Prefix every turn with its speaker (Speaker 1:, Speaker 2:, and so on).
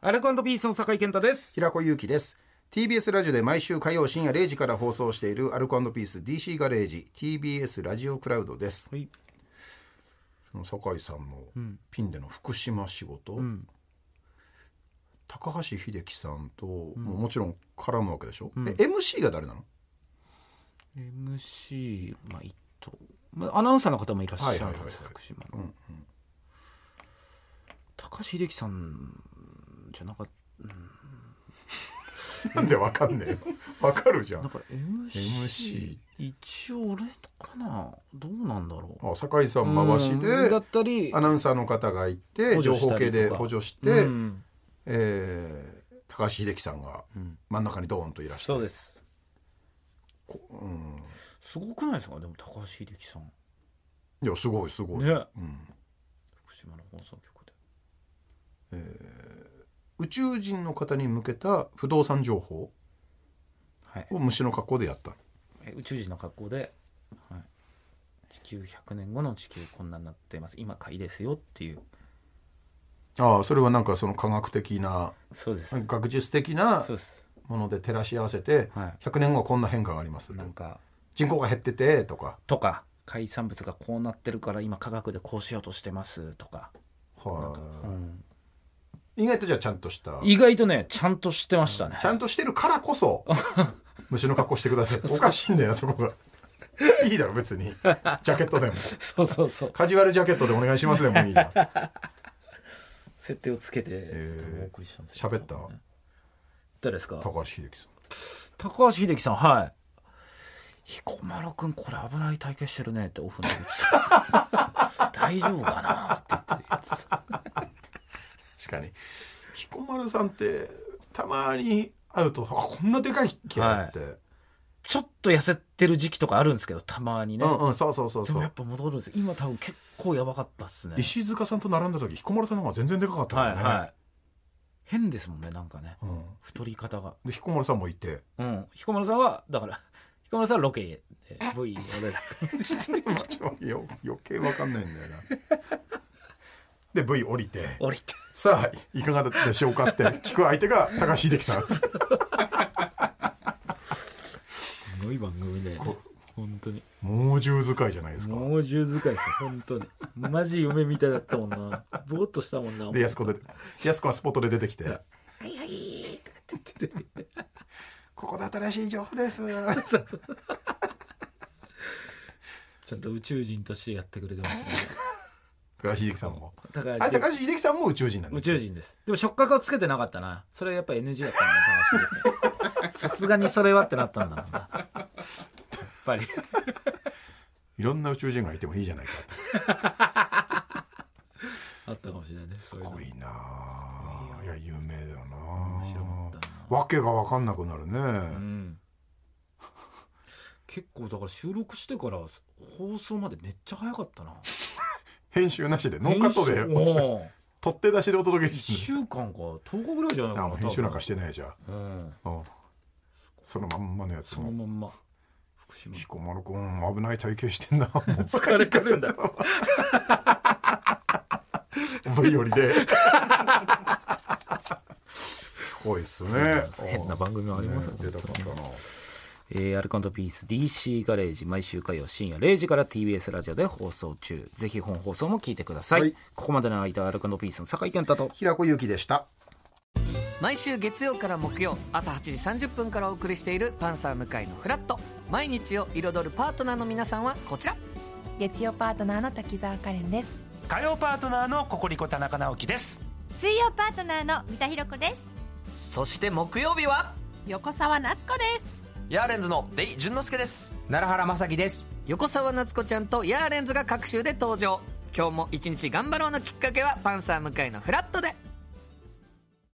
Speaker 1: アルコピースの酒井健太です。
Speaker 2: 平子祐希です TBS ラジオで毎週火曜深夜0時から放送しているアルコピース DC ガレージ TBS ラジオクラウドです
Speaker 1: はい。
Speaker 2: その酒井さんもピンでの福島仕事、高橋秀樹さんともうもちろん絡むわけでしょ、え MC が誰なの
Speaker 1: MC、まあ、一等。まあ、アナウンサーの方もいらっしゃるん
Speaker 2: はいはい
Speaker 1: で
Speaker 2: はい
Speaker 1: す、
Speaker 2: はい
Speaker 1: 福島の。高橋秀樹さんじゃなかっ
Speaker 2: なんでわかんねえよ わかるじゃ
Speaker 1: た。なん
Speaker 2: ん
Speaker 1: か MC
Speaker 2: MC、
Speaker 1: 一応俺かなどうなんだろう。
Speaker 2: あ酒井さん回し
Speaker 1: うんだ
Speaker 2: で
Speaker 1: ったり、
Speaker 2: アナウンサーの方がいて
Speaker 1: 補
Speaker 2: 情
Speaker 1: 助し
Speaker 2: 報
Speaker 1: たりとか
Speaker 2: 系で補助して、
Speaker 1: うん
Speaker 2: えー高橋秀樹さんが真ん中にドーンといらっしゃ
Speaker 1: そ
Speaker 2: る、
Speaker 1: うです。すごくないですかでも高橋秀樹さん。
Speaker 2: いやすごいすごい、
Speaker 1: ね
Speaker 2: うん、
Speaker 1: 福島の放送局で。
Speaker 2: 宇宙人の方に向けた不動産情報
Speaker 1: はい。
Speaker 2: を虫の格好でやったの
Speaker 1: え宇宙人の格好で、はい、地球100年後の地球こんなになってます今買いですよっていう
Speaker 2: ああそれはなんかその科学的な
Speaker 1: そうです、
Speaker 2: 学術的な
Speaker 1: そうです
Speaker 2: もので照らし合わせて、
Speaker 1: はい
Speaker 2: 100年後はこんな変化がありますと
Speaker 1: なんか
Speaker 2: 人口が減っててとか、
Speaker 1: とか海産物がこうなってるから今科学でこうしようとしてますとか、
Speaker 2: は
Speaker 1: う
Speaker 2: あ
Speaker 1: ん、
Speaker 2: 意外とじゃあちゃんとした
Speaker 1: 意外とねちゃんとしてましたね
Speaker 2: ちゃんとしてるからこ そ虫の格好してくださいおかしいんだよなそこがいいだろ別にジャケットで も
Speaker 1: そうそうそう
Speaker 2: カジュアルジャケットでお願いしますでもいいじゃん
Speaker 1: 設定をつけて、
Speaker 2: えー
Speaker 1: お送りしたんですよ
Speaker 2: 喋った
Speaker 1: 誰ですか
Speaker 2: 高橋秀樹さん
Speaker 1: 高橋秀樹さんはい彦摩呂君これ危ない体験してるねってオフの言って た大丈夫かなって言って言ってた
Speaker 2: 確かに彦丸さんってたまに会うとあこんなでかいっけ
Speaker 1: はい
Speaker 2: って、
Speaker 1: ちょっと痩せてる時期とかあるんですけどたまにね、
Speaker 2: うんうんそうそうそう
Speaker 1: で
Speaker 2: そ
Speaker 1: もやっ
Speaker 2: う
Speaker 1: ぱ戻るんです今多分結構やばかったっすね
Speaker 2: 石塚さんと並んだ時彦丸さんの方が全然でかかったか
Speaker 1: は
Speaker 2: ら
Speaker 1: い
Speaker 2: ね、
Speaker 1: はい変ですもんねなんかね
Speaker 2: うん、
Speaker 1: 太り方が
Speaker 2: で彦丸さんもいて
Speaker 1: うん彦摩呂さんはだから彦摩呂さんはロケで V 俺ら
Speaker 2: よ余計わかんないんだよなで V 降りて
Speaker 1: 降りて
Speaker 2: さあいかがでしょうかって聞く相手が高橋秀樹さん
Speaker 1: すごい番組
Speaker 2: こ
Speaker 1: 本当に
Speaker 2: 猛獣使いじゃないですか
Speaker 1: 猛獣使いですよ本当にマジ夢みたいだったもん なぼーっとしたもんな
Speaker 2: で安子で安子はスポットで出てきて
Speaker 1: はいはい
Speaker 2: 「ここで新しい情報です」
Speaker 1: ちゃんと宇宙人としてやってくれてますね
Speaker 2: 高橋秀樹さんも
Speaker 1: 高
Speaker 2: あ
Speaker 1: 橋
Speaker 2: れ高橋秀樹さんも宇宙人なんだ
Speaker 1: 宇宙人ですでも触覚はつけてなかったなそれはやっぱ NG だったのが楽しいですねさすがにそれはってなったんだろうなやっぱり
Speaker 2: いろんな宇宙人がいてもいいじゃないかって
Speaker 1: あったかもしれないねす
Speaker 2: すごいなあいや有名だな
Speaker 1: 面白かったな
Speaker 2: わけが分かんなくなるね、
Speaker 1: うん結構だから収録してから放送までめっちゃ早かったな
Speaker 2: 編集なしでノーカットで
Speaker 1: 編 集おー
Speaker 2: 取って出しでお届け
Speaker 1: 1
Speaker 2: して
Speaker 1: 週間か10日ぐらいじゃない
Speaker 2: る
Speaker 1: か
Speaker 2: あ
Speaker 1: な
Speaker 2: もう編集なんかしてないじゃん
Speaker 1: 多分うん
Speaker 2: うんそのまんまのやつ
Speaker 1: その
Speaker 2: も
Speaker 1: まんま福島
Speaker 2: 彦摩呂君危ない体型してんなも う
Speaker 1: 疲れてるん だ
Speaker 2: V よりで すごいっすね
Speaker 1: 変な番組もありますね
Speaker 2: ね出たかったな
Speaker 1: えーアルコピース DC ガレージ毎週火曜深夜0時から TBS ラジオで放送中ぜひ本放送も聞いてください、
Speaker 2: はい
Speaker 1: ここまでの間アルコピースの酒井健太と
Speaker 2: 平子祐希でした
Speaker 3: 毎週月曜から木曜朝8時30分からお送りしている「パンサー向井のフラット」毎日を彩るパートナーの皆さんはこちら
Speaker 4: 月曜パートナーの滝沢カレンです
Speaker 5: 火曜パートナーのココリコ田中直樹です
Speaker 6: 水曜パートナーの三田寛子です
Speaker 3: そして木曜日は
Speaker 4: 横澤夏子です
Speaker 7: ヤーレンズのデイ淳之介です奈良原雅樹です
Speaker 3: 横澤夏子ちゃんとヤーレンズが各週で登場今日も一日頑張ろうのきっかけは「パンサー向井のフラット」で